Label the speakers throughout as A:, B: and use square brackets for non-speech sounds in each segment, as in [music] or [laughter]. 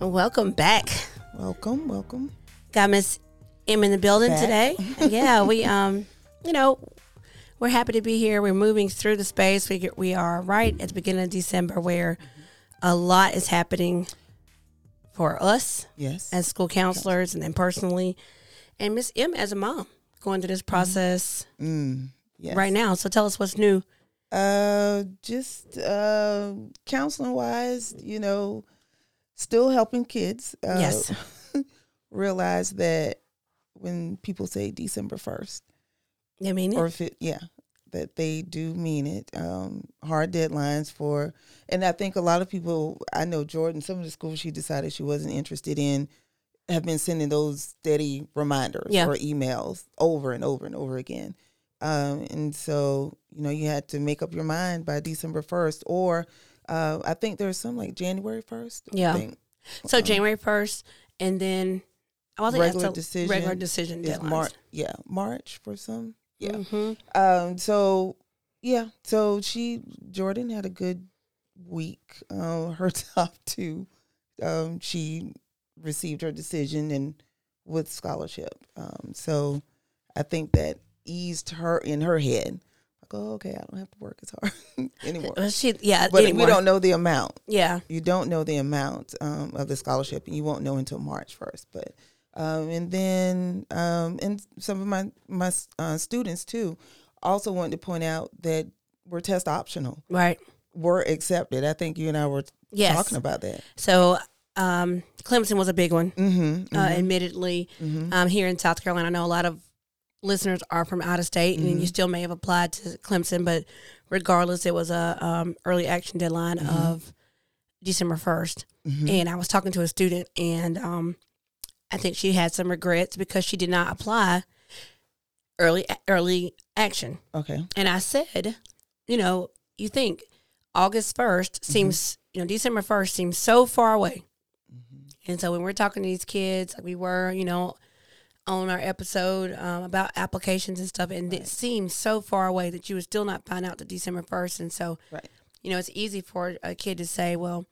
A: welcome back.
B: Welcome, welcome.
A: Got Miss M in the building
B: Back. [laughs]
A: today. yeah, we um, you know, we're happy to be here. We're moving through the space. We get- we are right at the beginning of December, where a lot is happening for us
B: Yes.
A: as school counselors, and then personally, and Miss M as a mom going through this process
B: mm, Mm-hmm. yes.
A: right now. So tell us what's new.
B: Uh, just uh, counseling wise, you know, still helping kids. Uh,
A: Yes.
B: [laughs] Realize that when people say December first,
A: I mean,
B: or if it, yeah, that they do mean it. Um, hard deadlines for, and I think a lot of people I know Jordan. Some of the schools she decided she wasn't interested in have been sending those steady reminders
A: Yeah.
B: or emails over and over and over again. Um, and so you know you had to make up your mind by December first, or uh, I think there's some like January first.
A: Yeah.
B: I think
A: so January first, and then oh, I think
B: um, regular
A: that's a
B: decision.
A: regular decision
B: is
A: deadlines.
B: March. Yeah, March for some. Yeah.
A: Mhm.
B: Um, so yeah, so she Jordan had a good week. Uh, [laughs] her top two, um, she received her decision and with scholarship. Um, so I think that eased her in her head. Like, oh, okay, I don't have to work as hard [laughs] anymore.
A: Well, she, yeah,
B: But
A: Uh, anymore.
B: we don't know the amount.
A: Yeah,
B: You don't know the amount um, of the scholarship, and you won't know until March first. But um, and then um, and some of my my uh, students too also wanted to point out that were test optional
A: right.
B: were accepted. I think you and I were
A: Yes.
B: talking about that.
A: So um, Clemson was a big one,
B: Mm-hmm.
A: uh, admittedly. Um, here in South Carolina, I know a lot of listeners are from out of state, and
B: Mm-hmm.
A: you still may have applied to Clemson, but regardless, it was a um, early action deadline
B: Mm-hmm.
A: of December 1st And I was talking to a student, and um, I think she had some regrets because she did not apply early early action.
B: Okay.
A: And I said, you know, you think August 1st seems, you know, December 1st seems so far away. And so when we're talking to these kids, like we were, you know, on our episode um, about applications and stuff, and it seems so far away that you would still not find out the December 1st. And so,
B: Right.
A: you know, it's easy for a kid to say, well,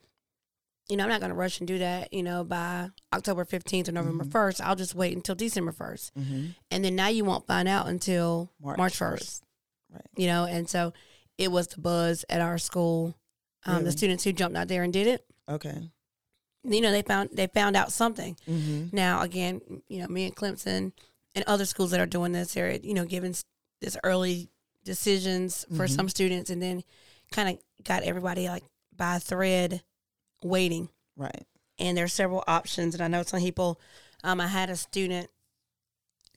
A: you know, I'm not going to rush and do that, you know, by October 15th or November 1st. I'll just wait until December 1st.
B: Mm-hmm.
A: And then now you won't find out until March, 1st you know and so it was the buzz at our school um, the
B: Really?
A: students who jumped out there and did it
B: Okay.
A: you know they found they found out something
B: Mm-hmm.
A: now again you know me and clemson and other schools that are doing this are you know giving s- this early decisions for
B: Mhm.
A: some students and then kind of got everybody like by a thread waiting
B: Right.
A: and there's several options and i know some people um, i had a student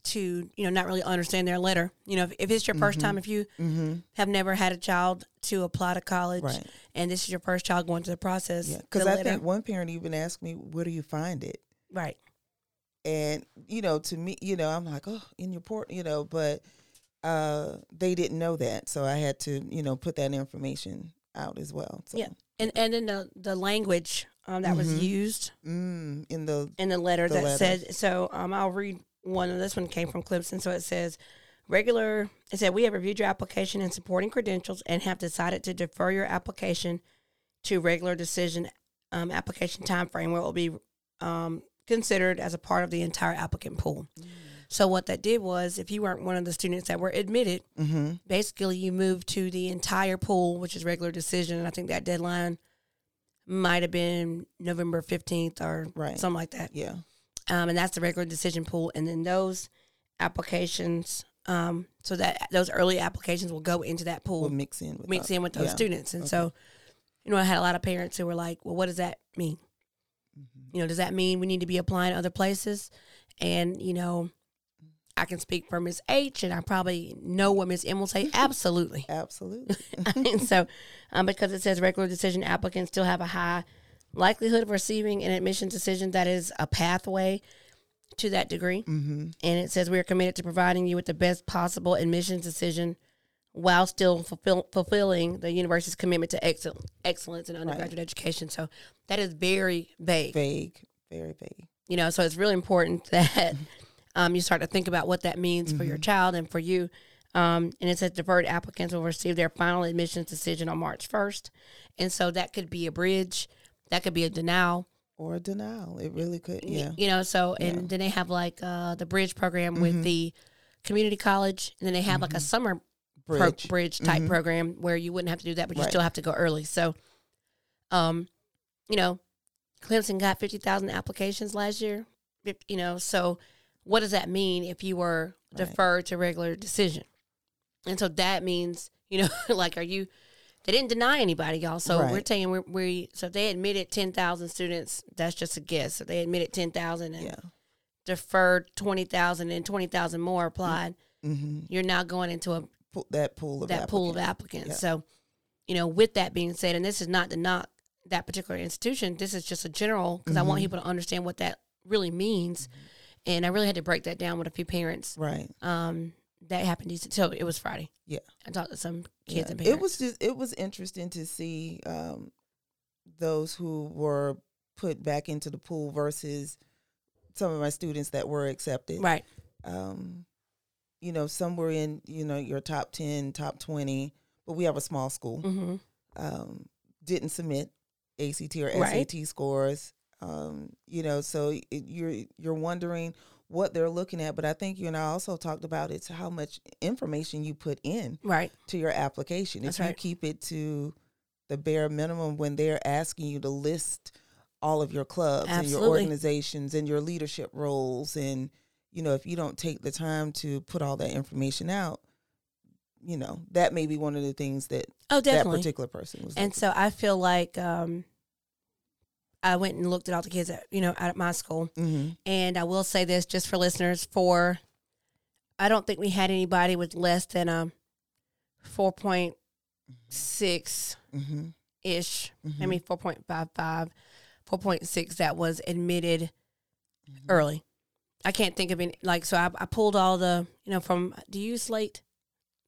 A: to you know not really understand their letter you know if, if it's your 1st
B: Mhm.
A: time if you
B: Mm-hmm.
A: have never had a child to apply to college
B: Right.
A: and this is your first child going through the process
B: Yeah.
A: the
B: Because I
A: letter-
B: think one parent even asked me, "Where do you find it?"
A: right
B: and you know to me you know i'm like oh in your port you know but uh they didn't know that so i had to you know put that information out as well so
A: Yeah. and and then the the language um, that was
B: Mhm.
A: used
B: mm, in the
A: in the letter
B: The
A: that
B: letter.
A: said so um, i'll read one and this one came from clemson so it says regular it said we have reviewed your application and supporting credentials and have decided to defer your application to regular decision um, application time frame where it will be um, considered as a part of the entire applicant pool so what that did was if you weren't one of the students that were admitted
B: mm-hmm,
A: basically you move to the entire pool, which is regular decision. And I think that deadline might have been November 15th or
B: Right.
A: something like that.
B: yeah
A: Um, and that's the regular decision pool. And then those applications, um, so that those early applications will go into that pool,
B: we'll mix in with
A: mix
B: that.
A: in with those
B: yeah.
A: students. And so, you know, I had a lot of parents who were like, well, what does that mean?
B: Mm-hmm.
A: You know, does that mean we need to be applying to other places? And, you know, I can speak for Miss H, and I probably know what Miss M will
B: [laughs]
A: say. Absolutely. [laughs]
B: absolutely
A: And so, um, because it says regular decision applicants still have a high likelihood of receiving an admissions decision that is a pathway to that degree.
B: mm-hmm,
A: And it says we are committed to providing you with the best possible admissions decision while still fulfill, fulfilling the university's commitment to excel, excellence in undergraduate education. So that is very vague,
B: vague very vague
A: you know, so it's really important [laughs] that um, you start to think about what that means for
B: Mm-hmm.
A: your child and for you. Um, and it says deferred applicants will receive their final admissions decision on March 1st. And so that could be a bridge, that could be a denial,
B: or denial. It really could. Yeah.
A: You know, so and
B: Yeah.
A: then they have like uh, the bridge program with
B: Mhm.
A: the community college, and then they have like a
B: Mm-hmm.
A: summer pro-
B: Bridge.
A: bridge, type
B: Mhm.
A: program where you wouldn't have to do that, but you
B: Right.
A: still have to go early. So, um, you know, Clemson got fifty thousand applications last year. Fif- You know, so what does that mean if you were
B: Right.
A: deferred to regular decision? And so that means you know, [laughs] like, are you? They didn't deny anybody, y'all. So we're
B: Right.
A: saying we're, we. So if they admitted ten thousand students, that's just a guess. So they admitted ten thousand and
B: yeah.
A: deferred twenty thousand, and twenty thousand more applied.
B: Mm-hmm.
A: You're now going into a
B: Pool, that pool of
A: that pool of
B: applicants.
A: applicants.
B: Yeah.
A: So, you know, with that being said, and this is not to knock that particular institution, this is just a general because I want
B: Mm-hmm.
A: people to understand what that really means. And I really had to break that down with a few parents.
B: Right.
A: Um, that happened. these- So it was Friday.
B: Yeah.
A: I talked to some kids
B: Yeah.
A: and parents.
B: It was just it was interesting to see um, those who were put back into the pool versus some of my students that were accepted.
A: right.
B: Um, you know, some were in you know your top ten, top twenty, but we have a small school.
A: hmm
B: Um, didn't submit ACT or SAT
A: Right.
B: scores. Um, you know, so it, you're you're wondering what they're looking at, but I think you and I also talked about it's how much information you put in
A: Right.
B: to your application.
A: That's
B: if you
A: right.
B: keep it to the bare minimum when they're asking you to list all of your clubs and your
A: Absolutely.
B: organizations and your leadership roles and you know if you don't take the time to put all that information out you know that may be one of the things that
A: Oh,
B: that
A: definitely.
B: particular person was
A: And so I feel like um, I went and looked at all the kids at you know out at my school,
B: looking-
A: and I will say this just for listeners: for I don't think we had anybody with less than um four point six
B: Mhm, mhm,
A: ish,
B: mhm.
A: I mean 4.55, 4.6 that was admitted
B: Mm-hmm.
A: early. I can't think of any like so I, I pulled all the you know from do you use Slate?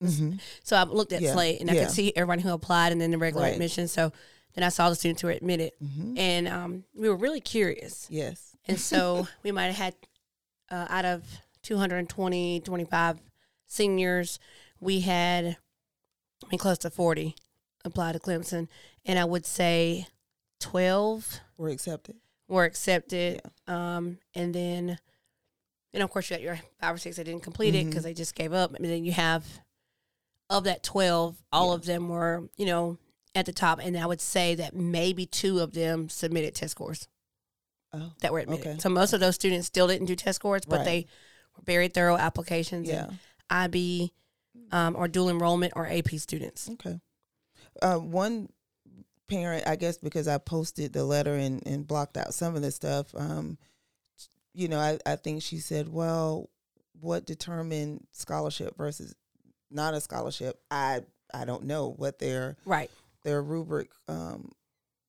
B: Mhm.
A: So I looked at
B: Yeah,
A: Slate and I
B: yeah.
A: could see everyone who applied and then the regular
B: Right.
A: admission. So then I saw the students who were admitted,
B: Mhm.
A: and um, we were really curious.
B: yes
A: And so we might have had uh, out of 220, 25 seniors, we had I mean, close to 40 apply to Clemson. And I would say 12
B: were accepted
A: were accepted. Um, and then, and of course, you got your five or six that didn't complete it 'cause it because
B: Mhm.
A: they just gave up. And then you have, of that 12, all
B: Yeah.
A: of them were, you know, at the top. And I would say that maybe two of them submitted test scores
B: oh
A: that were admitted.
B: Okay.
A: So most of those students still didn't do test scores, but
B: Right.
A: they were very thorough applications.
B: yeah
A: and IB um, or dual enrollment or AP students.
B: Okay. Uh, one parent, I guess, because I posted the letter and, and blocked out some of the stuff, um, you know, I, I think she said, well, what determined scholarship versus not a scholarship? I I don't know what their
A: Right.
B: their rubric um,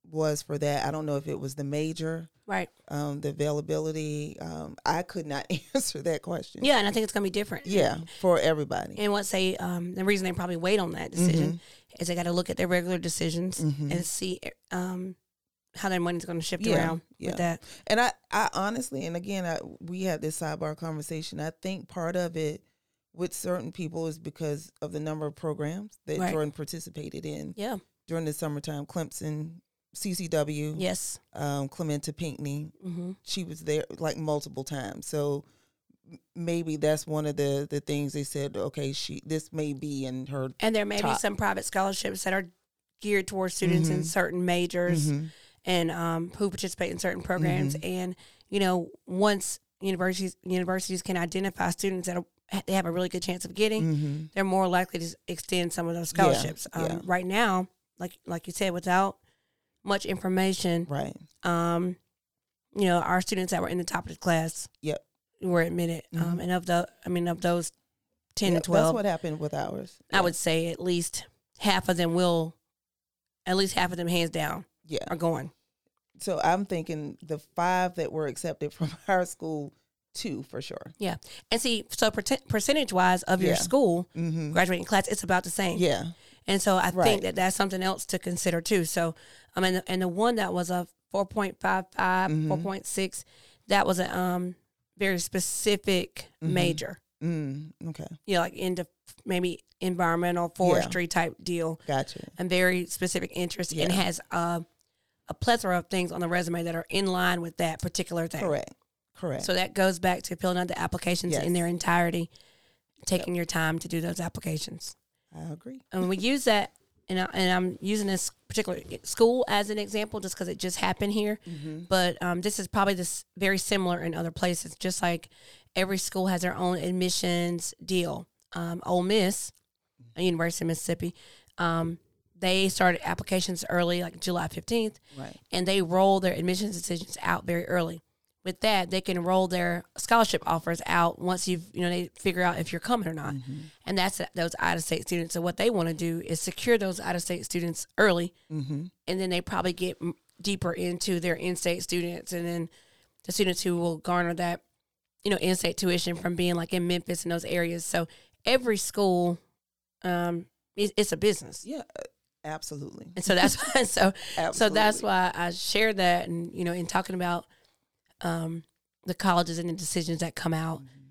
B: was for that. I don't know if it was the major,
A: Right.
B: um, the availability. Um, I could not [laughs] answer that question.
A: Yeah, and I think it's gonna be different.
B: Yeah, for everybody.
A: And once they, um, the reason they probably wait on that decision
B: Mm-hmm.
A: is they got to look at their regular decisions
B: Mhm.
A: and see um, how their money's going to shift
B: Yeah,
A: around
B: yeah.
A: with that.
B: And I, I honestly, and again, I, we had this sidebar conversation. I think part of it with certain people is because of the number of programs that
A: Right.
B: Jordan participated in
A: Yeah.
B: during the summertime. Clemson, CCW,
A: Yes.
B: um, Clementa Pinckney,
A: hmm
B: she was there like multiple times. So m- maybe that's one of the the things they said. Okay, she this may be in her.
A: And there may
B: Top.
A: be some private scholarships that are geared towards students in
B: Mhm.
A: certain majors.
B: Mhm.
A: and um, who participate in certain programs.
B: Mm-hmm.
A: And you know, once universities universities can identify students that are, they have a really good chance of getting,
B: Mhm.
A: they're more likely to extend some of those scholarships. um,
B: yeah.
A: Right now, like like you said, without much information,
B: Right.
A: um, you know, our students that were in the top of the class,
B: Yep.
A: were admitted. Um,
B: Mhm.
A: and of the, I mean, of those ten
B: Yeah,
A: and twelve,
B: That's what happened with ours.
A: I would say at least half of them will, at least half of them, hands down,
B: Yeah.
A: are going.
B: So I'm thinking the five that were accepted [laughs] from our school, two for sure.
A: Yeah. And see, so percentage wise of
B: Yeah.
A: your school
B: Mm-hmm.
A: graduating class, it's about the same.
B: Yeah.
A: And so I
B: Right.
A: think that that's something else to consider too. So, I mean, and the one that was a 4.55,
B: Mhm.
A: 4.6, that was a um, very specific
B: Mhm.
A: major,
B: Mm, okay.
A: you know, like into maybe environmental forestry type deal
B: Gotcha.
A: and very specific interest
B: Yeah.
A: and has uh, a plethora of things on the resume that are in line with that particular thing.
B: Correct. Correct.
A: So that goes back to filling out the applications
B: Yes.
A: in their entirety, taking your time to do those applications.
B: I agree.
A: And we use that, and, I, and I'm using this particular school as an example just because it just happened here. But um, this is probably this very similar in other places. Just like every school has their own admissions deal. Um, Ole Miss, University of Mississippi, um, they started applications early, like July 15th
B: Right.
A: and they roll their admissions decisions out very early. With that, they can roll their scholarship offers out once you've you know they figure out if you're coming or not, and that's those out of state students. So what they want to do is secure those out of state students early,
B: Mm-hmm.
A: and then they probably get m- deeper into their in state students, and then the students who will garner that you know in state tuition from being like in Memphis and those areas. So every school, um, it, it's a business,
B: Yeah. uh, Absolutely.
A: and so that's [laughs] why. So so
B: Absolutely.
A: that's why I shared that, and you know, in talking about um, the colleges and the decisions that come out,
B: Mm-hmm.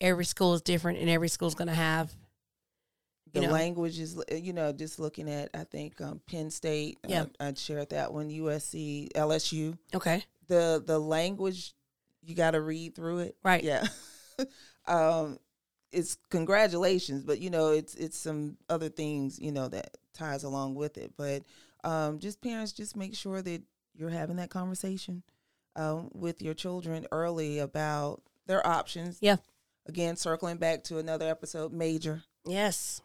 A: every school is different, and every school's going to have
B: the
A: you know.
B: language is uh, you know just looking at i think um, penn state
A: Yeah.
B: I, would share that one usc lsu
A: okay,
B: the the language you got to read through it
A: Right.
B: yeah [laughs] um it's congratulations but you know it's it's some other things you know that ties along with it but um just parents just make sure that you're having that conversation um, with your children early about their options
A: Yeah.
B: again circling back to another episode major
A: yes,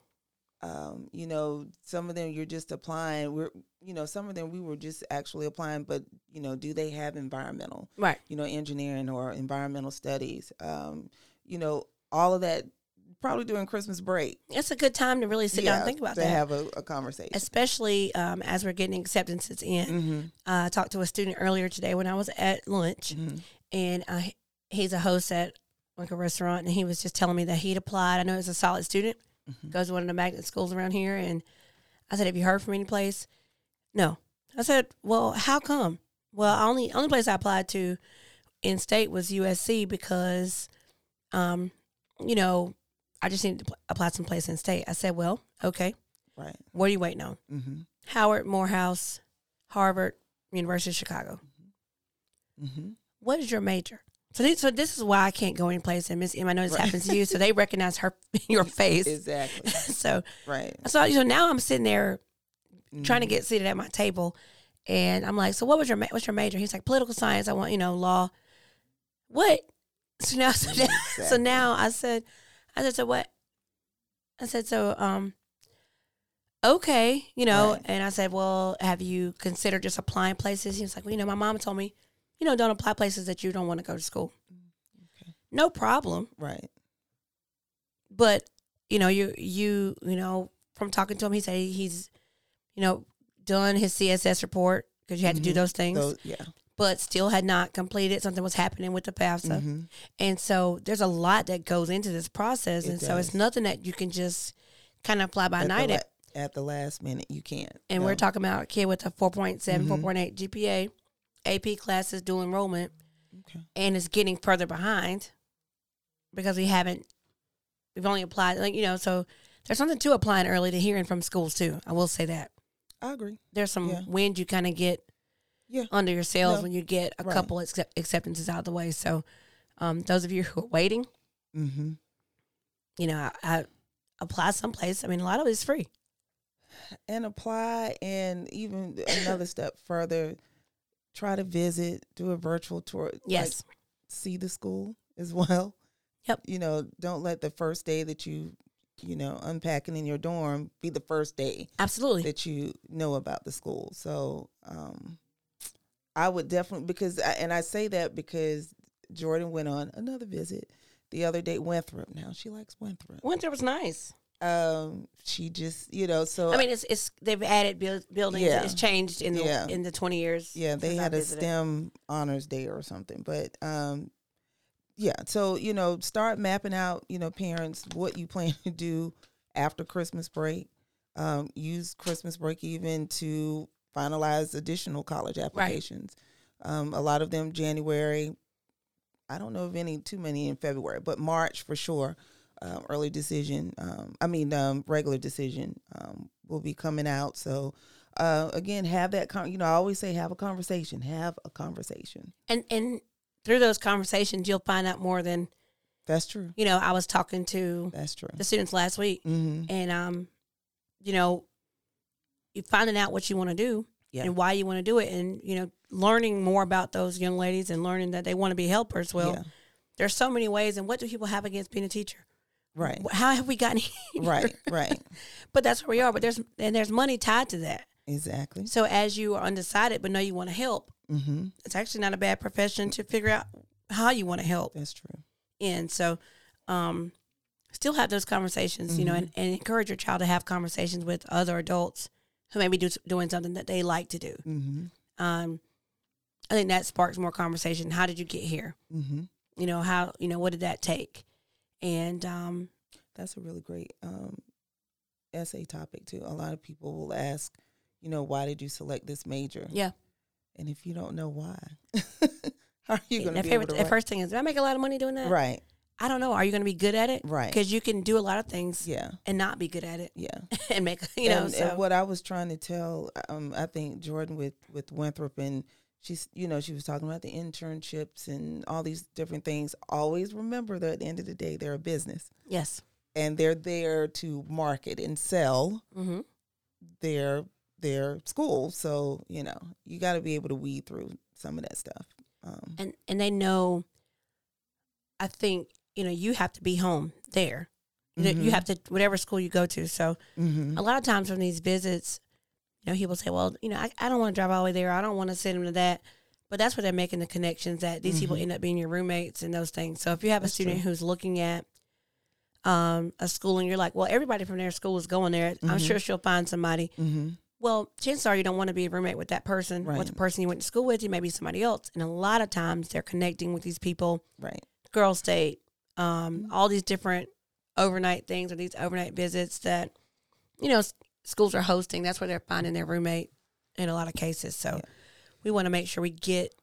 B: um, you know, some of them you're just applying. We're, you know, some of them we were just actually applying, but you know, do they have environmental,
A: right,
B: you know, engineering or environmental studies? Um, you know, all of that probably during Christmas break.
A: it's a good time to really sit down and think about
B: to
A: that,
B: have a, a conversation.
A: especially um, as we're getting acceptances in.
B: Mhm.
A: Uh, I talked to a student earlier today when I was at lunch,
B: Mhm.
A: and I, he's a host at like a restaurant, and he was just telling me that he'd applied. I know he's a solid student, goes to one of the magnet schools around here, and I said, "Have you heard from any place?" No. I said, "Well, how come?" Well, I only only place I applied to in state was USC because, um, you know, I just needed to pl- apply someplace in state. I said, "Well, okay,
B: Right.
A: what are you waiting on?"
B: hmm
A: Howard, Morehouse, Harvard, University of Chicago.
B: hmm
A: What is your major? So this, so this is why I can't go any place. And Miss Em, I know this happens to you, so they recognize her [laughs] your face.
B: Exactly.
A: so
B: right.
A: so you know now I'm sitting there trying to
B: Mhm.
A: get seated at my table, and I'm like, so what was your ma- what's your major? He's like political science. I want you know law. What? [laughs] So now so now, so
B: Exactly.
A: now I said, I said so what? I said so um. Okay, you know,
B: Right.
A: and I said, well, have you considered just applying places? He was like, well, you know, my mom told me, you know, don't apply places that you don't want to go to school.
B: Mm, Okay.
A: No problem
B: Right.
A: but you know you you you know from talking to him he said he's you know done his css report because you had to do
B: Mhm.
A: those things
B: So yeah.
A: but still had not completed something was happening with the fafsa
B: Mhm.
A: and so there's a lot that goes into this process
B: It
A: and so it's
B: does.
A: nothing that you can just kind of fly by
B: At the
A: night
B: la-
A: at
B: at the last minute, you can't.
A: and
B: No.
A: we're talking about a kid with a 4.7
B: Mhm.
A: 4.8 gpa ap classes dual enrollment
B: Okay.
A: and is getting further behind because we haven't we've only applied like you know so there's something to applying early to hearing from schools too i will say that
B: I agree.
A: there's some
B: Yeah.
A: wind you kind of get
B: Yeah.
A: under your sails
B: No.
A: when you get a
B: Right.
A: couple accept- acceptances out of the way so um, those of you who are waiting
B: Mm-hmm.
A: you know I, I apply someplace i mean a lot of it's free
B: and apply and even another step further try to visit do a virtual tour like,
A: yes
B: see the school as [laughs] well
A: Yep.
B: you know don't let the first day that you you know unpacking in your dorm be the first day
A: absolutely
B: that you know about the school so um i would definitely because I, and i say that because jordan went on another visit the other day winthrop now she likes winthrop
A: winter was nice
B: um she just you know so
A: i mean it's it's they've added build, buildings
B: Yeah.
A: it's changed in the
B: Yeah.
A: in the 20 years
B: Yeah, they
A: since I
B: had a
A: visited.
B: STEM honors day or something. But um, yeah, so you know, start mapping out, you know, parents what you plan to do after Christmas break. Um, use Christmas break even to finalize additional college applications. Um, a lot of them January. I don't know of any too many in February, but March for sure. Um, early decision. Um, I mean, um, regular decision um, will be coming out. So uh, again, have that con- you know, I always say have a conversation, have a conversation.
A: And and through those conversations, you'll find out more than
B: That's true.
A: you know. I was talking to
B: That's true.
A: the students last week,
B: Mm-hmm.
A: and um, you know, you finding out what you want to do
B: Yeah.
A: and why you want to do it, and you know, learning more about those young ladies and learning that they want to be helpers. Well,
B: Yeah.
A: there's so many ways, and what do people have against being a teacher?
B: Right.
A: How have we gotten? [laughs] here?
B: [laughs] Right. Right.
A: But that's where we are. But there's and there's money tied to that.
B: Exactly.
A: So as you are undecided, but know you want to help,
B: Mm-hmm.
A: it's actually not a bad profession to figure out how you want to help
B: That's true.
A: in. So, um, still have those conversations, you know, and,
B: Mm-hmm.
A: and encourage your child to have conversations with other adults who may be do, doing something that they like to do.
B: Mm-hmm.
A: Um, I think that sparks more conversation. How did you get here?
B: Mm-hmm.
A: You know, how, you know, what did that take? And, um,
B: That's a really great um, essay topic too. A lot of people will ask, you know, why did you select this major?
A: yeah.
B: And if you don't know why, [laughs] how are you going
A: My
B: to be able
A: favorite-
B: to?
A: the
B: write-
A: first thing is, do I make a lot of money doing that?
B: right.
A: I don't know. Are you going to be good at it?
B: Right.
A: Because you can do a lot of things
B: Yeah.
A: and not be good at it [laughs]
B: Yeah.
A: and make, you know,
B: and,
A: so.
B: and what I was trying to tell, um, I think Jordan with with Winthrop and she's, you know, she was talking about the internships and all these different things. Always remember that at the end of the day, they're a business
A: yes.
B: and they're there to market and sell
A: Mm-hmm.
B: their their school. So you know, you got to be able to weed through some of that stuff. Um,
A: and and they know i think you know you have to be home there you, know, you
B: Mhm.
A: have to whatever school you go to so
B: mhm.
A: a lot of times from these visits you know people say well you know i, I don't want to drive all the way there i don't want to send them to that but that's where they're making the connections that these people
B: Mhm.
A: end up being your roommates and those things so if you have a
B: That's
A: student
B: true.
A: who's looking at um, a school and you're like well everybody from their school is going there i'm
B: Mhm.
A: sure she'll find somebody
B: Mhm.
A: well, chances are you don't want to be a roommate with that person, with
B: Right.
A: the person you went to school with, you may be somebody else. And a lot of times they're connecting with these people,
B: Right.
A: girls date, um, all these different overnight things or these overnight visits that, you know, s- schools are hosting. That's where they're finding their roommate in a lot of cases. So
B: Yeah.
A: we want to make sure we get,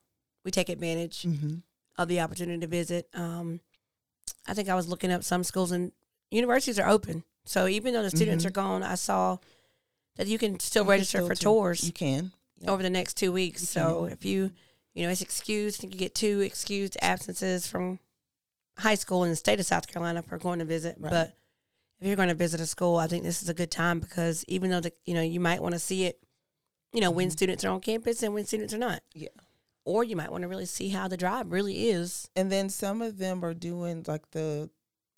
A: we take advantage
B: Mm-hmm.
A: of the opportunity to visit. Um, I think I was looking up some schools and universities are open. So even though the students
B: Mhm.
A: are gone, I saw that Mm-hmm. you can still register for tours
B: You can. Yeah. Mm-hmm.
A: over the next two weeks.
B: You
A: so
B: can.
A: if you, you know, it's excused, I think you get two excused absences from high school in the state of South Carolina for going to visit.
B: Right.
A: But if you're going to visit a school, I think this is a good time because even though the, you know you might want to see it, you know, when
B: Mhm.
A: students are on campus and when students are not.
B: Yeah.
A: Or you might want to really see how the drive really is.
B: And then some of them are doing like the,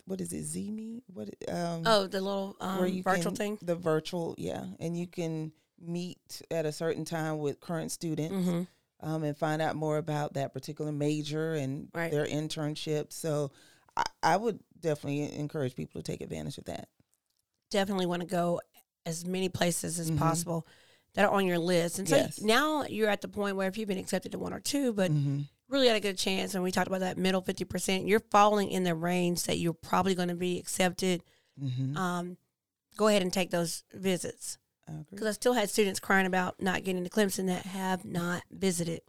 B: what is it? Zimi? What? Um,
A: Oh, the little um, virtual
B: can, [laughs]
A: thing.
B: The virtual, yeah, and you can meet at a certain time with current students
A: Mm-hmm.
B: um, and find out more about that particular major and
A: Right.
B: their internship. So, I, I would definitely encourage people to take advantage of that.
A: definitely want to go as many places as
B: Mhm.
A: possible that are on your list. And so
B: Yes.
A: now you're at the point where if you've been accepted to one or two, but
B: Mm-hmm.
A: really at a good chance, and we talked about that middle 50%, you're falling in the range that you're probably going to be accepted.
B: Mm-hmm.
A: Um, go ahead and take those visits.
B: I agree.
A: Because I still had students crying about not getting to Clemson that have not visited.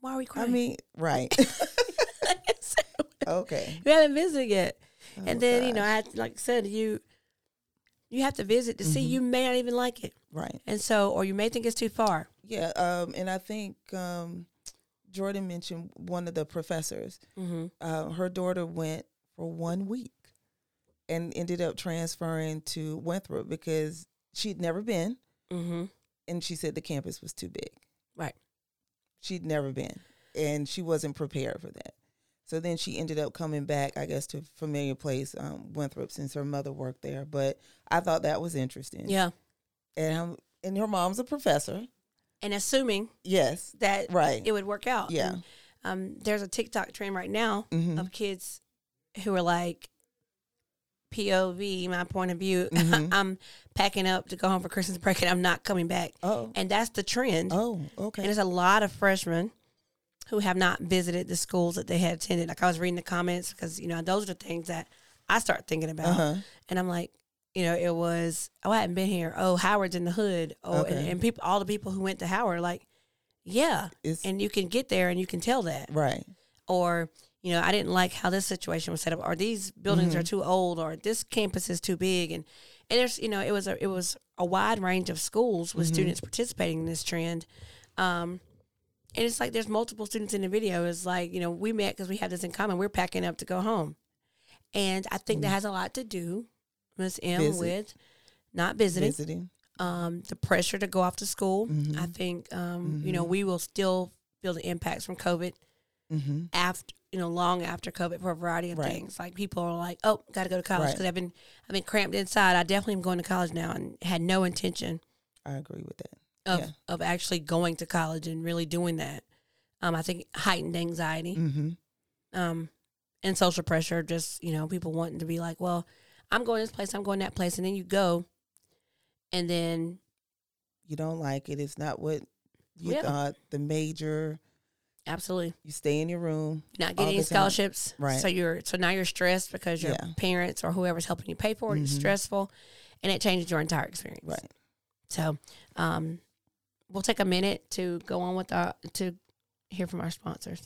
A: Why are we
B: I
A: crying? [laughs]
B: mean, right? [laughs]
A: [laughs]
B: okay.
A: we haven't visited yet. and
B: Oh,
A: then, you know, I
B: gosh.
A: had, like I said, you you have to visit to see.
B: Mhm.
A: You may not even like it.
B: right?
A: And so, or you may think it's too far.
B: Yeah. Um, and I think um, Jordan mentioned one of the professors.
A: Mm-hmm.
B: uh, her daughter went for one week and ended up transferring to Winthrop because she'd never been,
A: Mm-hmm.
B: and she said the campus was too big.
A: Right.
B: She'd never been, and she wasn't prepared for that. So then she ended up coming back, I guess, to a familiar place, um, Winthrop, since her mother worked there. But I thought that was interesting.
A: Yeah.
B: And i and her mom's a professor.
A: And assuming
B: Yes.
A: that
B: Right.
A: it would work out.
B: Yeah.
A: And, um, there's a TikTok trend right now
B: Mhm.
A: of kids who are like, POV, my point of view. [laughs]
B: Mhm.
A: I'm packing up to go home for Christmas break and I'm not coming back.
B: Oh.
A: And that's the trend.
B: Oh.
A: And
B: Okay.
A: there's a lot of freshmen who have not visited the schools that they had attended. Like I was reading the comments because, you know, those are the things that I start thinking about.
B: Uh huh.
A: and I'm like, you know, it was oh I hadn't been here. Oh Howard's in the hood. Oh, and,
B: Okay.
A: and people, all the people who went to Howard, are like, yeah,
B: It's
A: and you can get there and you can tell that.
B: right.
A: or you know, I didn't like how this situation was set up, or these buildings are too old, or this campus is too big, and and there's you know, it was a it was a wide range of schools with students participating in this trend. Um, and it's like there's multiple students in the video. It's like you know, we met because we have this in common. We're packing up to go home, and I think that has a lot to do, Miss M,
B: Visit.
A: with not visiting
B: visiting.
A: um, the pressure to go off to school.
B: Mm-hmm.
A: I think um, you know we will still feel the impacts from COVID
B: Mm-hmm.
A: after you know long after COVID for a variety of
B: Right.
A: things. Like people are like, oh, got to go to college
B: Right.
A: because I've been I've been cramped inside. I definitely am going to college now and had no intention
B: I agree with that.
A: of
B: Yeah.
A: of actually going to college and really doing that. Um, I think heightened anxiety
B: Mm-hmm.
A: um, and social pressure. Just you know, people wanting to be like, well, I'm going this place, I'm going that place, and then you go, and then
B: You don't like it. It's not what you
A: Yeah.
B: thought. The major.
A: absolutely
B: You stay in your room.
A: not
B: all
A: getting any
B: the time.
A: scholarships.
B: Right.
A: So you're so now you're stressed because your
B: Yeah.
A: parents or whoever's helping you pay for it is
B: Mhm.
A: stressful, and it changes your entire experience.
B: Right.
A: So, um, we'll take a minute to go on with our to hear from our sponsors.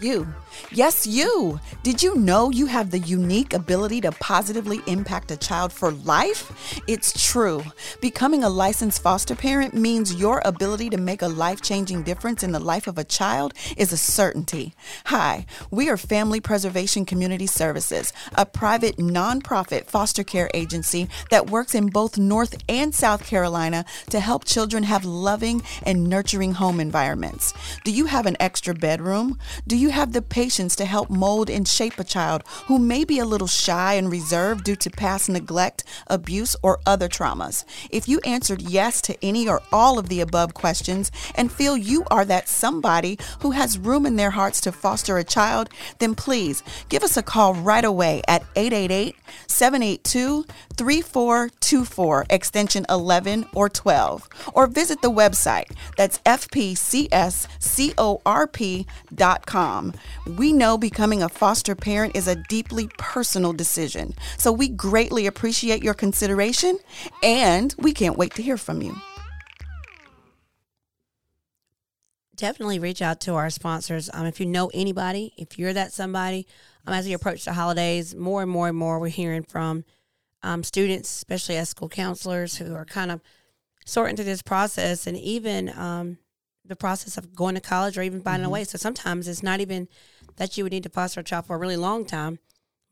C: You. Yes, you. Did you know you have the unique ability to positively impact a child for life? It's true. Becoming a licensed foster parent means your ability to make a life changing difference in the life of a child is a certainty. Hi, we are Family Preservation Community Services, a private nonprofit foster care agency that works in both North and South Carolina to help children have loving and nurturing home environments. Do you have an extra bedroom? Do you have the patience to help mold and shape a child who may be a little shy and reserved due to past neglect, abuse, or other traumas? If you answered yes to any or all of the above questions and feel you are that somebody who has room in their hearts to foster a child, then please give us a call right away at 888 782 3424, extension 11 or 12, or visit the website. That's fpcscorp.com. We know becoming a foster parent is a deeply personal decision, so we greatly appreciate your consideration and we can't wait to hear from you.
A: Definitely reach out to our sponsors. Um, if you know anybody, if you're that somebody, um, as we approach the holidays, more and more and more we're hearing from um, students, especially as school counselors, who are kind of sorting through this process and even um, the process of going to college or even finding a way. So sometimes it's not even that you would need to foster a child for a really long time.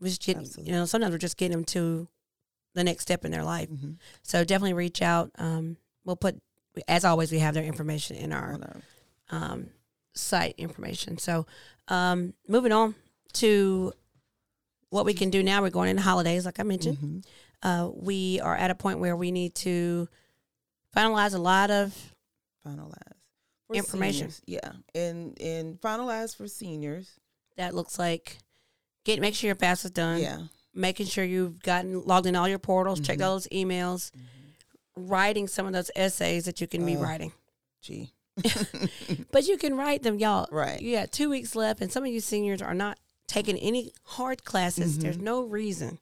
A: We just get, you know, sometimes we're just getting them to the next step in their life. So definitely reach out. Um, we'll put, as always, we have their information in our
B: On our
A: um, site information. So, um, moving on to what we can do now. We're going into holidays, like I mentioned. Uh, we are at a point where we need to finalize a lot of
B: finalized
A: Information.
B: seniors. Yeah, and and finalized for seniors.
A: that looks like get make sure your fast is
C: Uh-huh.
A: done.
B: Yeah,
A: making sure you've gotten logged in all your portals, checked all those emails, writing some of those essays that you can be
B: Oh.
A: writing.
B: gee,
A: But you can write them, y'all.
B: Right.
A: You got two weeks left, and some of you seniors are not taking any hard classes.
B: Mm-hmm.
A: There's no reason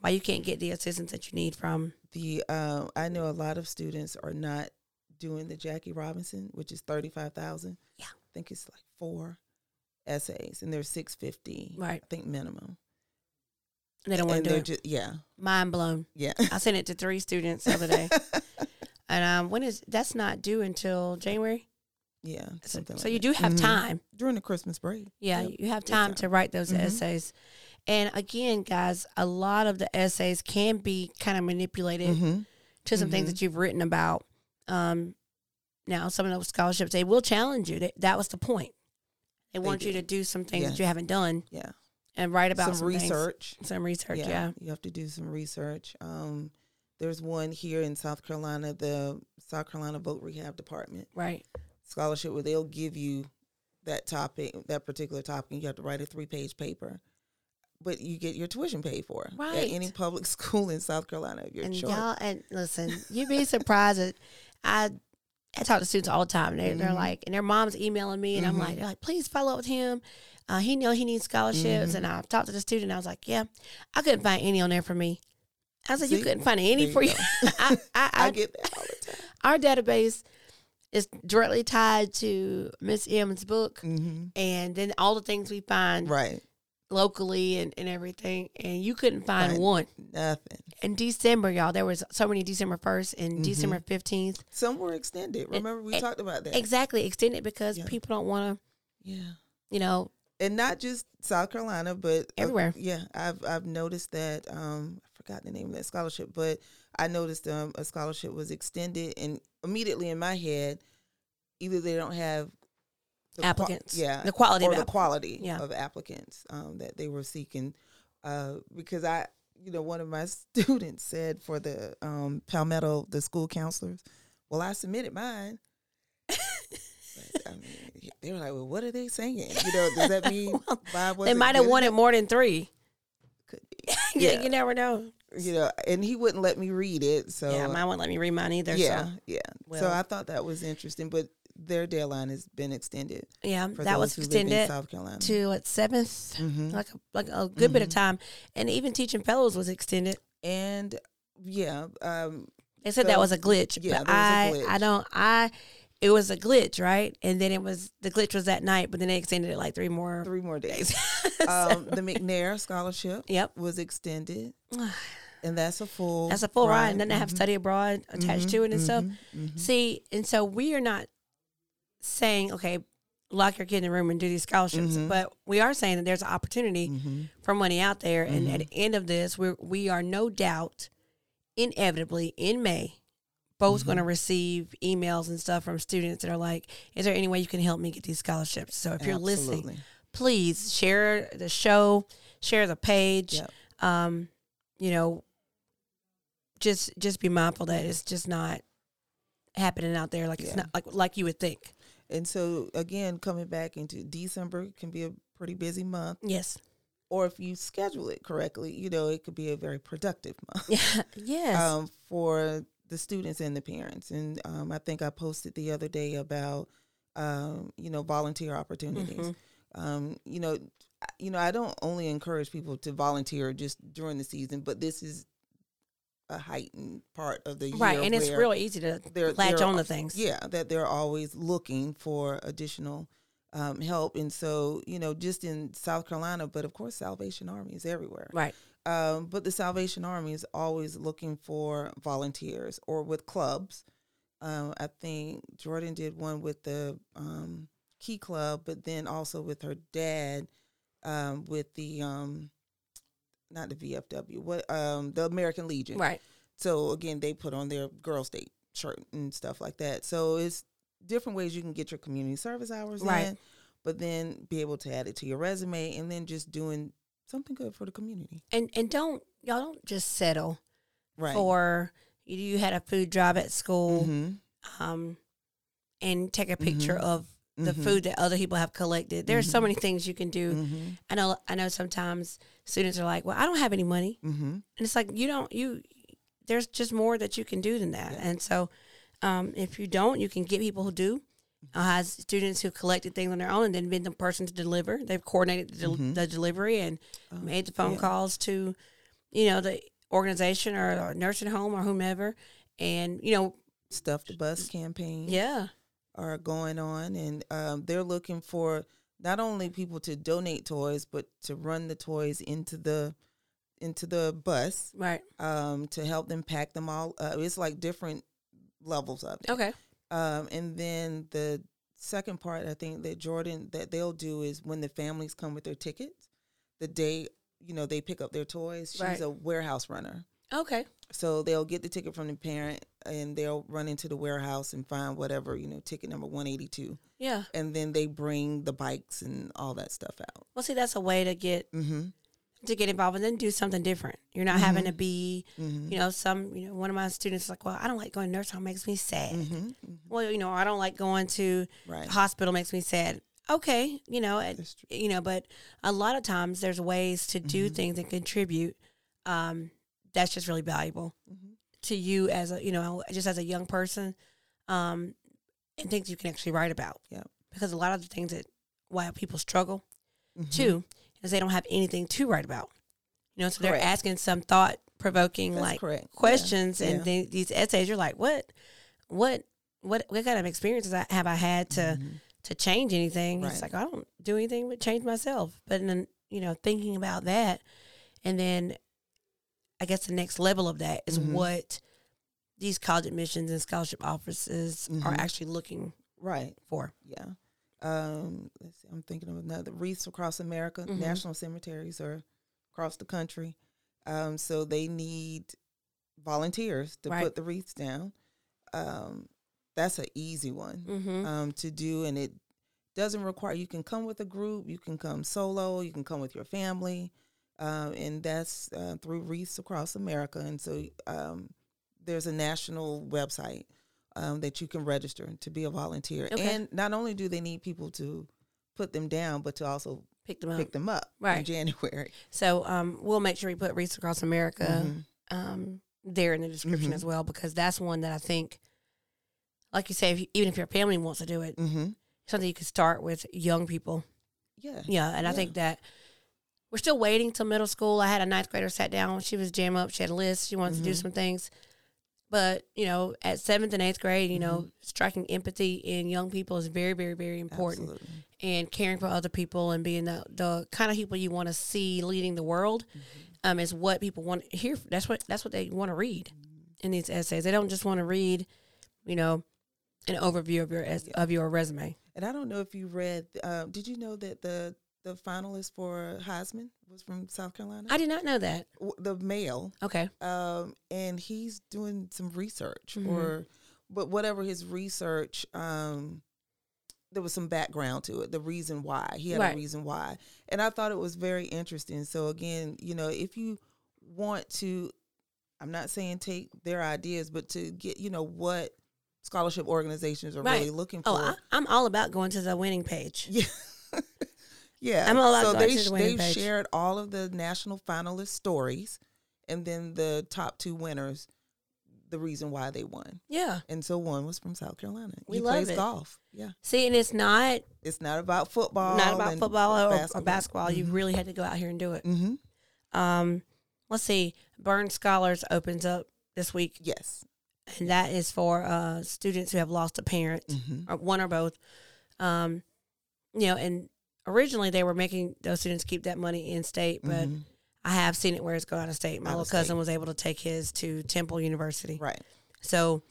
A: why you can't get the assistance that you need from.
B: the uh, I know a lot of students are not doing the Jackie Robinson, which is thirty five thousand.
A: Yeah.
B: I think it's like four essays, and they're six fifty.
A: Right.
B: I think minimum.
A: They don't want
B: and
A: to do
B: they're
A: it.
B: just yeah,
A: Mind blown.
B: yeah.
A: I sent it to three students the other day. and um, when is that's not due until January?
B: [laughs] Yeah,
A: So,
B: something
A: so
B: like
A: you
B: that.
A: do have
B: Mhm.
A: time.
B: during the Christmas break.
A: Yeah,
B: Yep.
A: you have
B: Good
A: time to write those
B: Mhm.
A: essays. And again, guys, a lot of the essays can be kind of manipulated
B: Mhm.
A: to some things
B: Mhm.
A: that you've written about. Um, now, some of those scholarships, they will challenge you. That, that was the point. They
B: They
A: want you
B: do.
A: to do some things that
B: Yes.
A: you haven't done
B: Yeah,
A: and write about
B: some,
A: some, things.
B: research.
A: Some research, yeah.
B: you have to do some research. Um, there's one here in South Carolina, the South Carolina Vote Rehab Department
A: Right.
B: scholarship, where they'll give you that topic, that particular topic, and you have to write a three-page paper. But you get your tuition paid for at
A: Right.
B: any public [laughs] school in South Carolina of your
A: and
B: choice.
A: y'all,
B: [laughs]
A: and listen, you'd be surprised. At, I I talk to students all the time. They, They're
B: Mhm.
A: like, and their mom's emailing me, and
B: Mhm.
A: I'm like, they're like, please follow up with him. Uh, he know he needs scholarships, and
B: Mm-hmm.
A: I talked to the student. I was like, yeah, I couldn't find any on there for me. I was like, you
B: See?
A: couldn't find any [laughs]
B: There [laughs]
A: for you.
B: you
A: I, I, I, [laughs]
B: I get that all the time.
A: our database it's directly tied to Miss M's book,
B: hmm
A: and then all the things we find
B: Right.
A: locally and, and everything. And you couldn't find
B: Right.
A: one
B: Nothing.
A: in December, y'all. There was so many December first and
B: Mhm.
A: December fifteenth.
B: Some were extended. Remember, we
A: eh,
B: talked about that.
A: Exactly extended because
B: Yeah.
A: people don't want
B: yeah.
A: to, you know,
B: and not just South Carolina, but uh,
A: Everywhere.
B: yeah, I've I've noticed that. Um, I forgot the name of that scholarship, but I noticed um, a scholarship was extended, and immediately in my head, either they don't have qua-
A: Applicants.
B: yeah,
A: The quality
B: or
A: of
B: the
A: app-
B: quality
A: yeah.
B: of applicants um, that they were seeking, uh, because I. You know, one of my [laughs] students said for the um, Palmetto, the school counselors, well, I submitted mine. But, I mean, they were like, well, what are they saying? You know,
A: [laughs]
B: does that mean why was
A: they might have wanted more than three. [laughs]
B: Could
A: yeah,
B: Yeah.
A: you never know.
B: You know, and he wouldn't let me read it. So
A: yeah, mine won't let me read mine either.
B: yeah,
A: so,
B: yeah. so
A: Well.
B: I thought that was interesting, but their deadline has been extended.
A: yeah,
B: For
A: that was
B: those who live in
A: extended
B: South Carolina.
A: to what 7th
B: Mhm.
A: like a, like a good bit of
B: Mm-hmm.
A: time, and even teaching fellows was extended.
B: And yeah, um,
A: They said that
B: So,
A: was a glitch.
B: yeah,
A: but
B: there
A: I
B: was a
A: I
B: glitch.
A: don't I it was a glitch, right? And then it was the glitch was that night, but then they extended it like three more [laughs]
B: three more days.
A: days.
B: um, the McNair scholarship
A: Yep. [sighs]
B: was extended, and that's a full.
A: That's a full ride. And then they have
B: Mm-hmm.
A: study abroad attached to it and stuff. See, and so we are not saying, okay, lock your kid in the room and do these scholarships,
B: Mm-hmm.
A: but we are saying that there's an opportunity for money out there. And
B: Mm-hmm.
A: at the end of this, we we are no doubt, inevitably in May, both going
B: Mm-hmm.
A: to receive emails and stuff from students that are like, "Is there any way you can help me get these scholarships?" So if you're listening,
B: Absolutely.
A: please share the show, share the page.
B: Yep.
A: Um, you know, just just be mindful that it's just not happening out there like it's
B: Yeah.
A: not like like you would think.
B: And so again, coming back into December can be a pretty busy month.
A: Yes.
B: or if you schedule it correctly, you know, it could be a very productive [laughs] month
A: Yeah. [laughs] yes.
B: um, for the students and the parents. And um, I think I posted the other day about, um, you know, volunteer opportunities.
A: Mhm.
B: Um, you know, I- you know, I don't only encourage people to volunteer just during the season, but this is a heightened part of the year.
A: Right, and it's
B: where-
A: real easy to
B: they're-
A: latch
B: they're-
A: on to things.
B: yeah that they're always looking for additional um, help and so you know just in south carolina but of course salvation army is everywhere
A: Right.
B: um, but the salvation army is always looking for volunteers or with clubs um, i think jordan did one with the um, key club but then also with her dad um, with the um, not the vfw what um, the american legion
A: Right.
B: so again, they put on their girls' date shirt and stuff like that. So it's different ways you can get your community service hours
A: Right.
B: in, but then be able to add it to your resume and then just doing something good for the community.
A: And and don't y'all don't just settle
B: Right.
A: for you, you had a food drive at school
B: Mhm.
A: um and take a picture of the
B: Mhm.
A: food that other people have collected. There's so many things you can do.
B: Mhm.
A: I know I know sometimes students are like, "Well, I don't have any money."
B: Mhm.
A: And it's like, "You don't you there's just more that you can do than that." And so um if you don't, you can get people who do. Uh, I had students who collected things on their own and then been the person to deliver. They've coordinated the, del- the delivery and made the phone
B: yeah.
A: calls to, you know, the organization or, or nursing home or whomever. And, you know,
B: Stuff the bus campaign
A: yeah,
B: are going on, and um, they're looking for not only people to donate toys, but to run the toys into the into the bus
A: right.
B: um, to help them pack them all. Up. It's like different levels of it.
A: Okay.
B: Um, and then the second part, I think that Jordan that they'll do is when the families come with their tickets, the day you know they pick up their toys. She's
A: Right.
B: a warehouse runner,
A: Okay.
B: so they'll get the ticket from the parent and they'll run into the warehouse and find whatever you know ticket number one eighty two,
A: Yeah.
B: and then they bring the bikes and all that stuff out.
A: Well, see, that's a way to get
B: Mm-hmm.
A: to get involved and then do something different. You're not having to be,
B: Mm-hmm.
A: you know, some, you know, one of my students is like, well, I don't like going to nurse home, makes me sad.
B: Mm-hmm.
A: Well, you know, I don't like going to
B: Right.
A: hospital, makes me sad. Okay, you know, and,
B: That's true.
A: you know, but a lot of times there's ways to do
B: Mm-hmm.
A: things and contribute. Um, that's just really valuable
B: Mm-hmm.
A: to you as a, you know, just as a young person, um, and things you can actually write about.
B: Yep.
A: Because a lot of the things that why people struggle
B: Mm-hmm.
A: too is they don't have anything to write about. You know, so
B: Correct.
A: they're asking some thought provoking
B: That's
A: like
B: correct. Yeah.
A: questions and
B: Yeah.
A: then these essays. You're like, what, what, what what kind of experiences I, have I had to to change anything? It's
B: Mm-hmm. Right.
A: like I don't do anything but change myself. But then you know, thinking about that, and then I guess the next level of that is
B: Mhm.
A: what these college admissions and scholarship offices are
B: Mhm.
A: actually looking
B: Right.
A: for.
B: Yeah. Um, let's see, I'm thinking of another wreaths across America,
A: Mhm.
B: national cemeteries are across the country. Um, so they need volunteers to
A: Right.
B: put the wreaths down. Um, that's an easy one
A: Mm-hmm.
B: um, to do, and it doesn't require. You can come with a group, you can come solo, you can come with your family, um, and that's uh, through Wreaths Across America. And so um, there's a national website um, that you can register to be a volunteer.
A: Okay.
B: And not only do they need people to put them down, but to also
A: Pick them up.
B: pick them up in
A: Right.
B: January. [laughs]
A: So um, we'll make sure we put Reach Across America
B: Mhm.
A: um, there in the description
B: Mhm.
A: as well because that's one that I think, like you say, if you, even if your family wants to do it,
B: Mhm.
A: something you can start with young people.
B: Yeah.
A: Yeah, and I
B: Yeah.
A: think that we're still waiting till middle school. I had a ninth grader sat down. She was jam up. She had a list. She wanted to do
B: Mhm.
A: some things. But, you know, at seventh and eighth grade, you know, striking empathy in young people is very, very, very important.
B: Absolutely.
A: And caring for other people and being the, the kind of people you want to see leading the world
B: Mm-hmm.
A: um, is what people want to hear. That's what that's what they want to read in these essays. They don't just want to read, you know, an overview of your es- of your resume.
B: And I don't know if you read. Uh, did you know that the the finalist for Heisman was from South Carolina?
A: I did not know that.
B: w- the male,
A: Okay.
B: um, and he's doing some research
A: Mhm.
B: or, but whatever his research, um, there was some background to it. The reason why he had
A: Right.
B: a reason why, and I thought it was very interesting. So again, you know, if you want to, I'm not saying take their ideas, but to get you know what scholarship organizations are
A: Right.
B: really looking for.
A: Oh, I, I'm all about going to the winning page.
B: Yeah. [laughs] yeah.
A: I'm allowed
B: so
A: to
B: they
A: access the
B: they
A: winning page.
B: shared all of the national finalist stories and then the top two winners the reason why they won.
A: Yeah.
B: And so one was from South Carolina.
A: We
B: he
A: love
B: plays
A: it.
B: golf. Yeah.
A: See, and it's not
B: It's not about football.
A: not about
B: and
A: football or or basketball. You really had to go out here and do it.
B: Mm-hmm.
A: Um, let's see. Burn Scholars opens up this week,
B: Yes.
A: and that is for uh, students who have lost a parent.
B: Mm-hmm.
A: or one or both. Um, you know, and originally they were making those students keep that money in state, but
B: Mm-hmm.
A: I have seen it where it's going out of state. My
B: Out of
A: little cousin
B: state.
A: was able to take his to Temple University,
B: Right.
A: so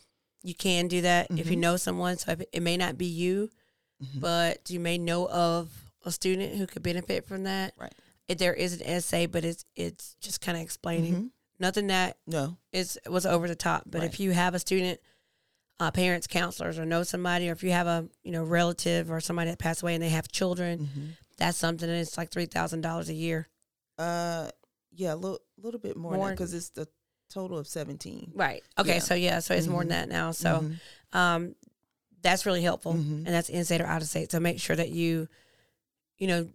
A: you can do that if you
B: Mhm.
A: know someone. So if it, it may not be you,
B: Mhm.
A: but you may know of a student who could benefit from that.
B: Right.
A: If there is an essay, but it's it's just kind of explaining
B: Mhm.
A: nothing that
B: No.
A: is was over the top. But
B: Right.
A: if you have a student, uh, parents, counselors, or know somebody, or if you have a you know relative or somebody that passed away and they have children,
B: Mhm.
A: that's something. And it's like three thousand dollars a year,
B: Uh yeah, a little, little bit more,
A: More.
B: cuz it's the total of 17.
A: right? Okay,
B: Yeah.
A: so yeah, so it's more than that now. So
B: Mhm.
A: um, that's really helpful,
B: Mhm.
A: and that's in state or out of state. So make sure that you, you know,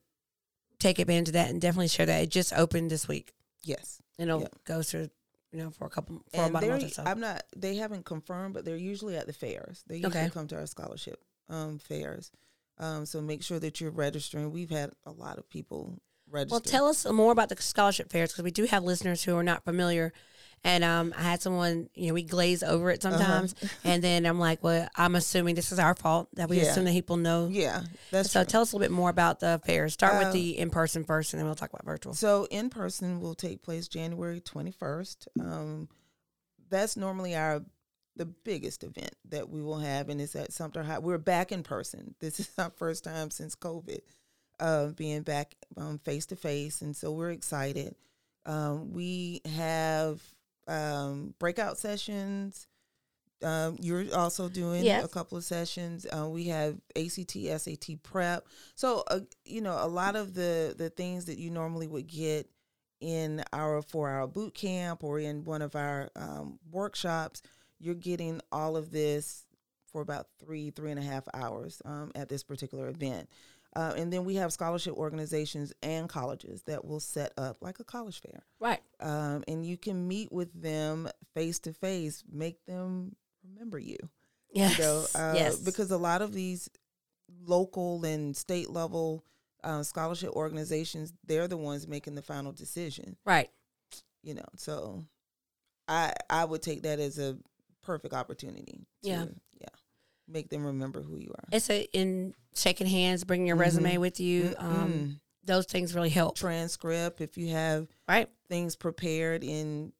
A: take advantage of that and definitely share that. It just opened this week,
B: yes.
A: and it'll
B: Yeah.
A: go through you know for a couple for
B: and
A: about a month
B: they're-
A: or so.
B: I'm not. They haven't confirmed, but they're usually at the fairs. They usually
A: Okay.
B: come to our scholarship um, fairs. Um, so make sure that you're registering. We've had a lot of people register.
A: Well, tell us more about the scholarship fairs because we do have listeners who are not familiar. And um, I had someone, you know, we glaze over it
B: Uh-huh.
A: sometimes. And then I'm like, well, I'm assuming this is our fault that we
B: Yeah.
A: assume that people know.
B: Yeah, that's
A: so
B: true.
A: tell us a little bit more about the fairs. Start
B: Uh,
A: with the in person first, and then we'll talk about virtual.
B: So in person will take place January 21st. Um, that's normally our the biggest event that we will have, and it's at Sumter High. We're back in person. This is our first time since COVID, uh, being back um, face to face, and so we're excited. Um, we have um, breakout sessions. Um, you're also doing
A: Yes.
B: a couple of sessions. Uh, we have ACT, SAT prep. So, uh, you know, a lot of the the things that you normally would get in our four hour boot camp or in one of our um, workshops, you're getting all of this for about three three and a half hours um, at this particular event. Uh, and then we have scholarship organizations and colleges that will set up like a college fair
A: Right.
B: um, and you can meet with them face to face. Make them remember you.
A: Yes.
B: You know, uh,
A: yes.
B: Because a lot of these local and state level uh, scholarship organizations, they're the ones making the final decision.
A: right.
B: You know, so I I would take that as a perfect opportunity. to-
A: Yeah.
B: yeah. make them remember who you are.
A: It's a, in shaking hands, bringing your
B: Mm-hmm.
A: resume with you. Um, those things really help,
B: Transcript, if you have
A: right?
B: things prepared in,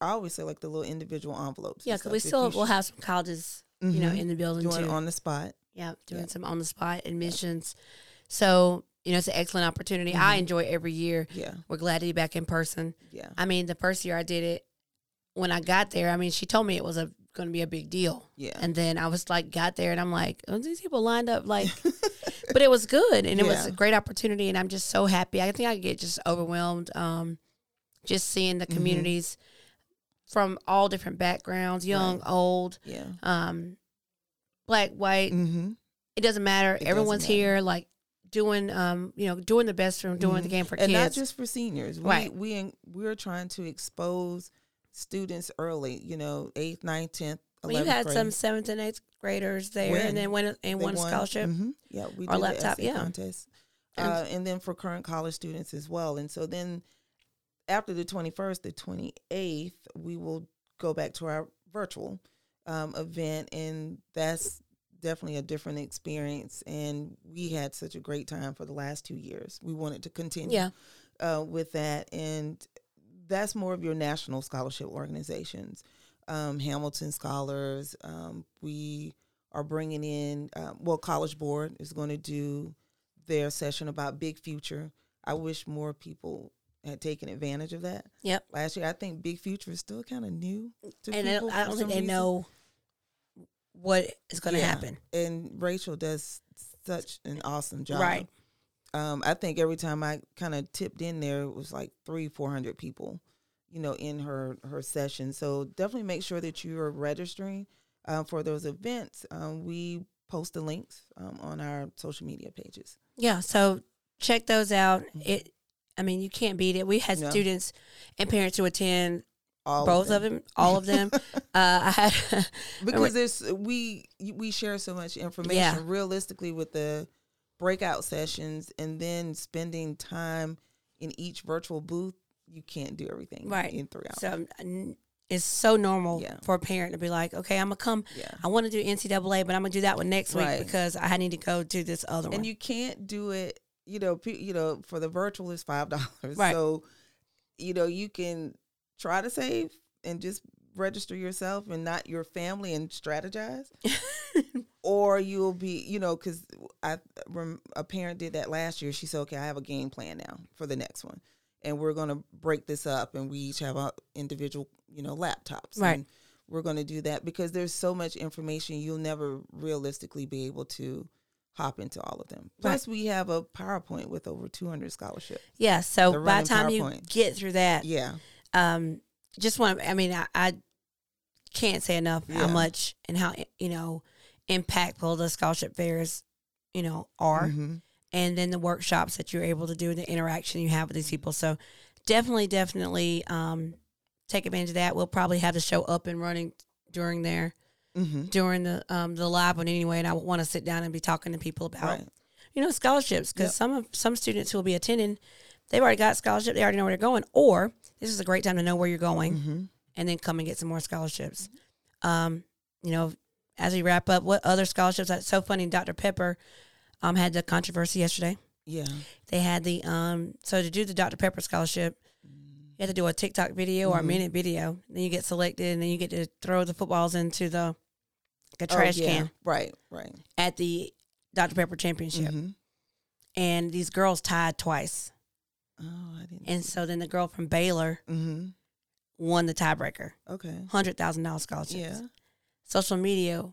B: I always say like the little individual envelopes. and
A: Yeah, because
B: stuff.
A: we
B: If
A: still
B: you
A: will have some colleges, you know, in the building
B: doing
A: too.
B: on the spot.
A: yeah, doing some on the spot admissions. So you know, it's an excellent opportunity.
B: Mm-hmm.
A: I enjoy every year.
B: Yeah,
A: We're glad to be back in person.
B: yeah,
A: I mean, the first year I did it, when I got there, I mean, she told me it was a going to be a big deal.
B: Yeah.
A: And then I was like, got there, and I'm like, oh, these people lined up
B: [laughs]
A: like, but it was good, and it was
B: Yeah.
A: a great opportunity, and I'm just so happy. I think I get just overwhelmed, um, just seeing
B: Mm-hmm.
A: the communities from all different backgrounds, young, old,
B: yeah.
A: um, black, white.
B: Mm-hmm.
A: It doesn't matter. Mm.
B: doesn't
A: Everyone's
B: matter.
A: here, like doing, um, you know, doing the best from doing the game for
B: and
A: kids.
B: not just for seniors. We,
A: Right.
B: We in- we're trying to expose students early. You know, eighth, ninth, tenth,
A: Well, you
B: eleventh.
A: had
B: grade.
A: some seventh and eighth graders there,
B: Win.
A: and then went and
B: They
A: won, a scholarship.
B: Mhm. Yeah, we
A: or
B: did
A: laptop,
B: the essay
A: yeah.
B: contest,
A: And-
B: uh, and then for current college students as well. And so then after the twenty first, the twenty eighth, we will go back to our virtual um, event, and that's definitely a different experience. And we had such a great time for the last two years. We wanted to continue
A: Yeah,
B: uh, with that, and that's more of your national scholarship organizations, um, Hamilton Scholars. Um, we are bringing in, um, well, College Board is going to do their session about Big Future. I wish more people had taken advantage of that
A: yep.
B: last year. I think Big Future is still kind of new to
A: And I
B: people.
A: don't, I
B: for
A: don't
B: some
A: think they
B: reason.
A: know what is going to
B: Yeah.
A: happen.
B: And Rachel does such an awesome job.
A: Right.
B: Um, I think every time I kind of tipped in there, it was like three, four hundred people, you know, in her her session. So definitely make sure that you are registering uh, for those events. Um, we post the links um, on our social media pages.
A: Yeah. So check those out. It. I mean, you can't beat it. We had
B: Mm. No.
A: students and parents who attend
B: All
A: both of them, all of
B: [laughs]
A: them. uh, I had
B: because there's we we share so much information
A: Yeah.
B: realistically with the breakout sessions and then spending time in each virtual booth you can't do everything
A: right
B: in three hours
A: [laughs] So n- it's so normal
B: Yeah.
A: for a parent to be like, okay, I'm gonna come.
B: Yeah.
A: I want to do NCAA, but I'm gonna do that one next
B: Right.
A: week because I need to go do this other one.
B: and you can't do it you know pe- you know for the virtual is five [laughs] dollars
A: Right.
B: so you know you can try to save and just register yourself and not your family and strategize or you'll be you know because i rem- a parent did that last year she said okay i have a game plan now for the next one and we're going to break this up and we each have our individual you know laptops
A: Right.
B: and we're going to do that because there's so much information you'll never realistically be able to hop into all of them plus we have a powerpoint with over 200 scholarship
A: Yeah.
B: The
A: So by
B: running
A: the time you
B: PowerPoint.
A: get through that,
B: yeah
A: um, just want to, I mean, I, I can't say enough how
B: Yeah.
A: much and how, you know, impactful the scholarship fairs, you know, are.
B: Mm-hmm.
A: And then the workshops that you're able to do and the interaction you have with these people. So definitely, definitely um, take advantage of that. We'll probably have the show up and running during there.
B: Mm-hmm.
A: During the um, the live one anyway, and I want to sit down and be talking to people about
B: Right.
A: you know scholarships because some of some students who will be attending they've already got scholarship they already know where they're going or this is a great time to know where you're going
B: Mm-hmm.
A: and then come and get some more scholarships um, you know as we wrap up what other scholarships that's so funny dr pepper um, had the controversy yesterday
B: yeah
A: they had the um, so to do the dr pepper scholarship you had to do a tiktok video
B: Mm-hmm.
A: or a minute video then you get selected and then you get to throw the footballs into the like a
B: Oh,
A: trash
B: yeah.
A: can
B: right right Mm-hmm.
A: at the Dr. Pepper Championship. And these girls tied twice.
B: oh i didn't
A: And so then the girl from Baylor won the tiebreaker.
B: Mm-hmm. okay
A: $100,000 scholarship.
B: yeah
A: Social media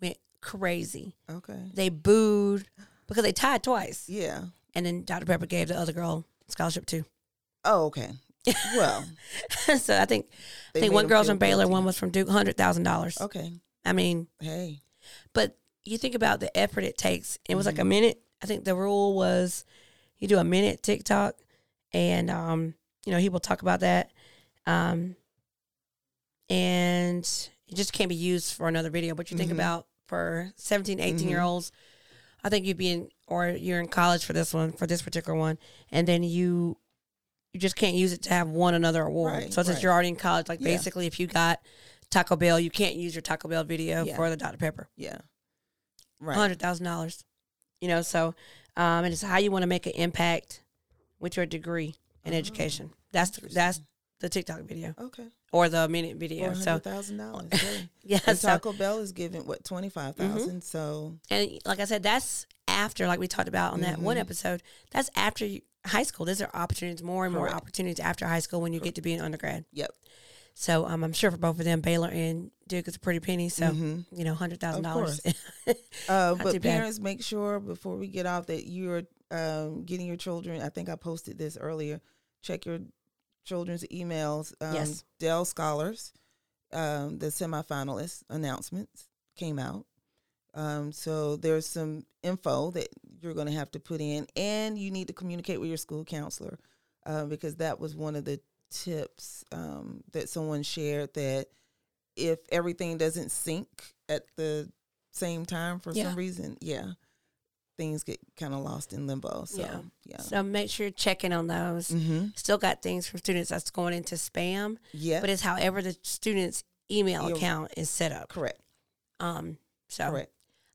A: went crazy.
B: okay
A: They booed because they tied twice.
B: yeah
A: And then Dr. Pepper gave the other girl scholarship too. [laughs]
B: oh okay well
A: so I think I
B: They made
A: think one
B: them
A: girl's
B: feel
A: from Baylor,
B: guilty. Oh.
A: one was from Duke, $100,000.
B: okay
A: I mean,
B: hey
A: But you think about the effort it takes. It was like
B: Mm-hmm.
A: a minute. I think the rule was you do a minute TikTok, and um, you know he will talk about that, um, and it just can't be used for another video. But you
B: Mm-hmm.
A: think about for 17, 18 year olds, I think you'd be in or you're in college for this one for this particular one, and then you. You just can't use it to have won another award.
B: Right,
A: so since
B: right.
A: you're already in college, like
B: Yeah.
A: basically, if you got Taco Bell, you can't use your Taco Bell video
B: Yeah.
A: for the Dr Pepper.
B: yeah Right.
A: hundred thousand dollars. You know, so um, and it's how you want to make an impact with your degree
B: Mm-hmm.
A: in education. That's the, that's the TikTok video
B: Okay.
A: or the minute video.
B: Four
A: So
B: hundred thousand dollars.
A: [laughs] yeah,
B: And
A: so- Mm-hmm.
B: Taco Bell is giving what twenty five So
A: and like I said, that's after like we talked about on that one
B: Mm-hmm.
A: episode. That's after you, high school. These are opportunities, more and more
B: Correct.
A: opportunities after high school when you get to be an undergrad.
B: yep.
A: So um, I'm sure for both of them, Baylor and Duke, it's a pretty penny. So
B: Mm-hmm.
A: you know, hundred thousand dollars.
B: Uh,
A: too
B: but
A: bad.
B: parents, make sure before we get off that you're um, getting your children. I think I posted this earlier. Check your children's emails. Um,
A: Yes.
B: Dell Scholars, um, the semifinalist announcements came out. Um, so there's some info that you're going to have to put in, and you need to communicate with your school counselor uh, because that was one of the tips um, that someone shared that if everything doesn't sync at the same time for
A: Yeah.
B: some reason, yeah, things get kind of lost in limbo. So
A: Yeah. [laughs]
B: yeah,
A: So make sure you're checking on those.
B: hmm
A: Still got things from students that's going into spam,
B: yeah,
A: but it's however the student's email
B: Yeah.
A: account is set up.
B: correct,
A: Um, so
B: correct,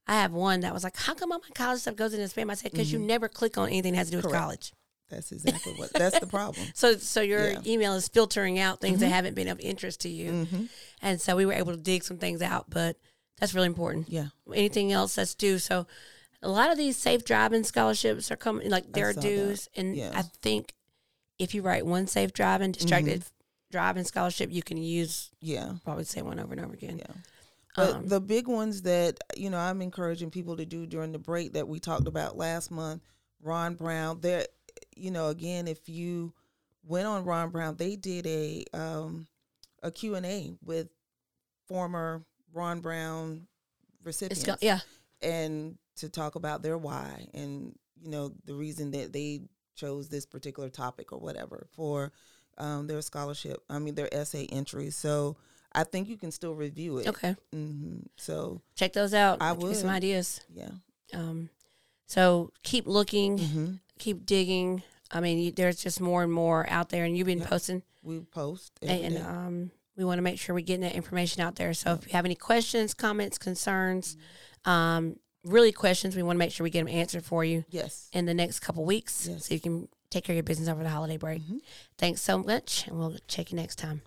A: I have one that was like, "How come all my college stuff goes into spam?" I said, "Because you never click on anything that has to do with
B: Mm-hmm. Correct.
A: college."
B: that's exactly what that's
A: [laughs]
B: the problem.
A: So, so your
B: Yeah. Mm-hmm.
A: email is filtering out things that haven't been of interest to you,
B: hmm
A: and so we were able to dig some things out. But that's really important.
B: Yeah,
A: anything else that's due. So a lot of these safe driving scholarships are coming like there are
B: saw
A: dues and
B: Yeah.
A: I think if you write one safe driving distracted
B: Mm-hmm.
A: driving scholarship you can use
B: yeah.
A: probably the same one over and over again.
B: Yeah. But
A: Um,
B: the big ones that, you know, I'm encouraging people to do during the break that we talked about last month, Ron Brown, there, you know, again, if you went on Ron Brown, they did a, um, a Q&A with former Ron Brown
A: It's
B: recipients
A: go- yeah.
B: and to talk about their why and you know the reason that they chose this particular topic or whatever for um, their scholarship i mean their essay entry so i think you can still review it
A: Okay.
B: hmm so
A: Check those out.
B: I
A: Give me some
B: would.
A: ideas.
B: yeah
A: Um, so keep looking,
B: hmm
A: keep digging. I mean, you, there's just more and more out there, and you've been
B: Yeah.
A: posting,
B: we post every
A: and
B: day.
A: um, we want to make sure we're getting that information out there. So if you have any questions, comments, concerns, um, really questions, we want to make sure we get them answered for you.
B: yes
A: in the next couple weeks
B: Yes. Mm-hmm.
A: so you can take care of your business over the holiday break. Thanks so much, and we'll check you next time.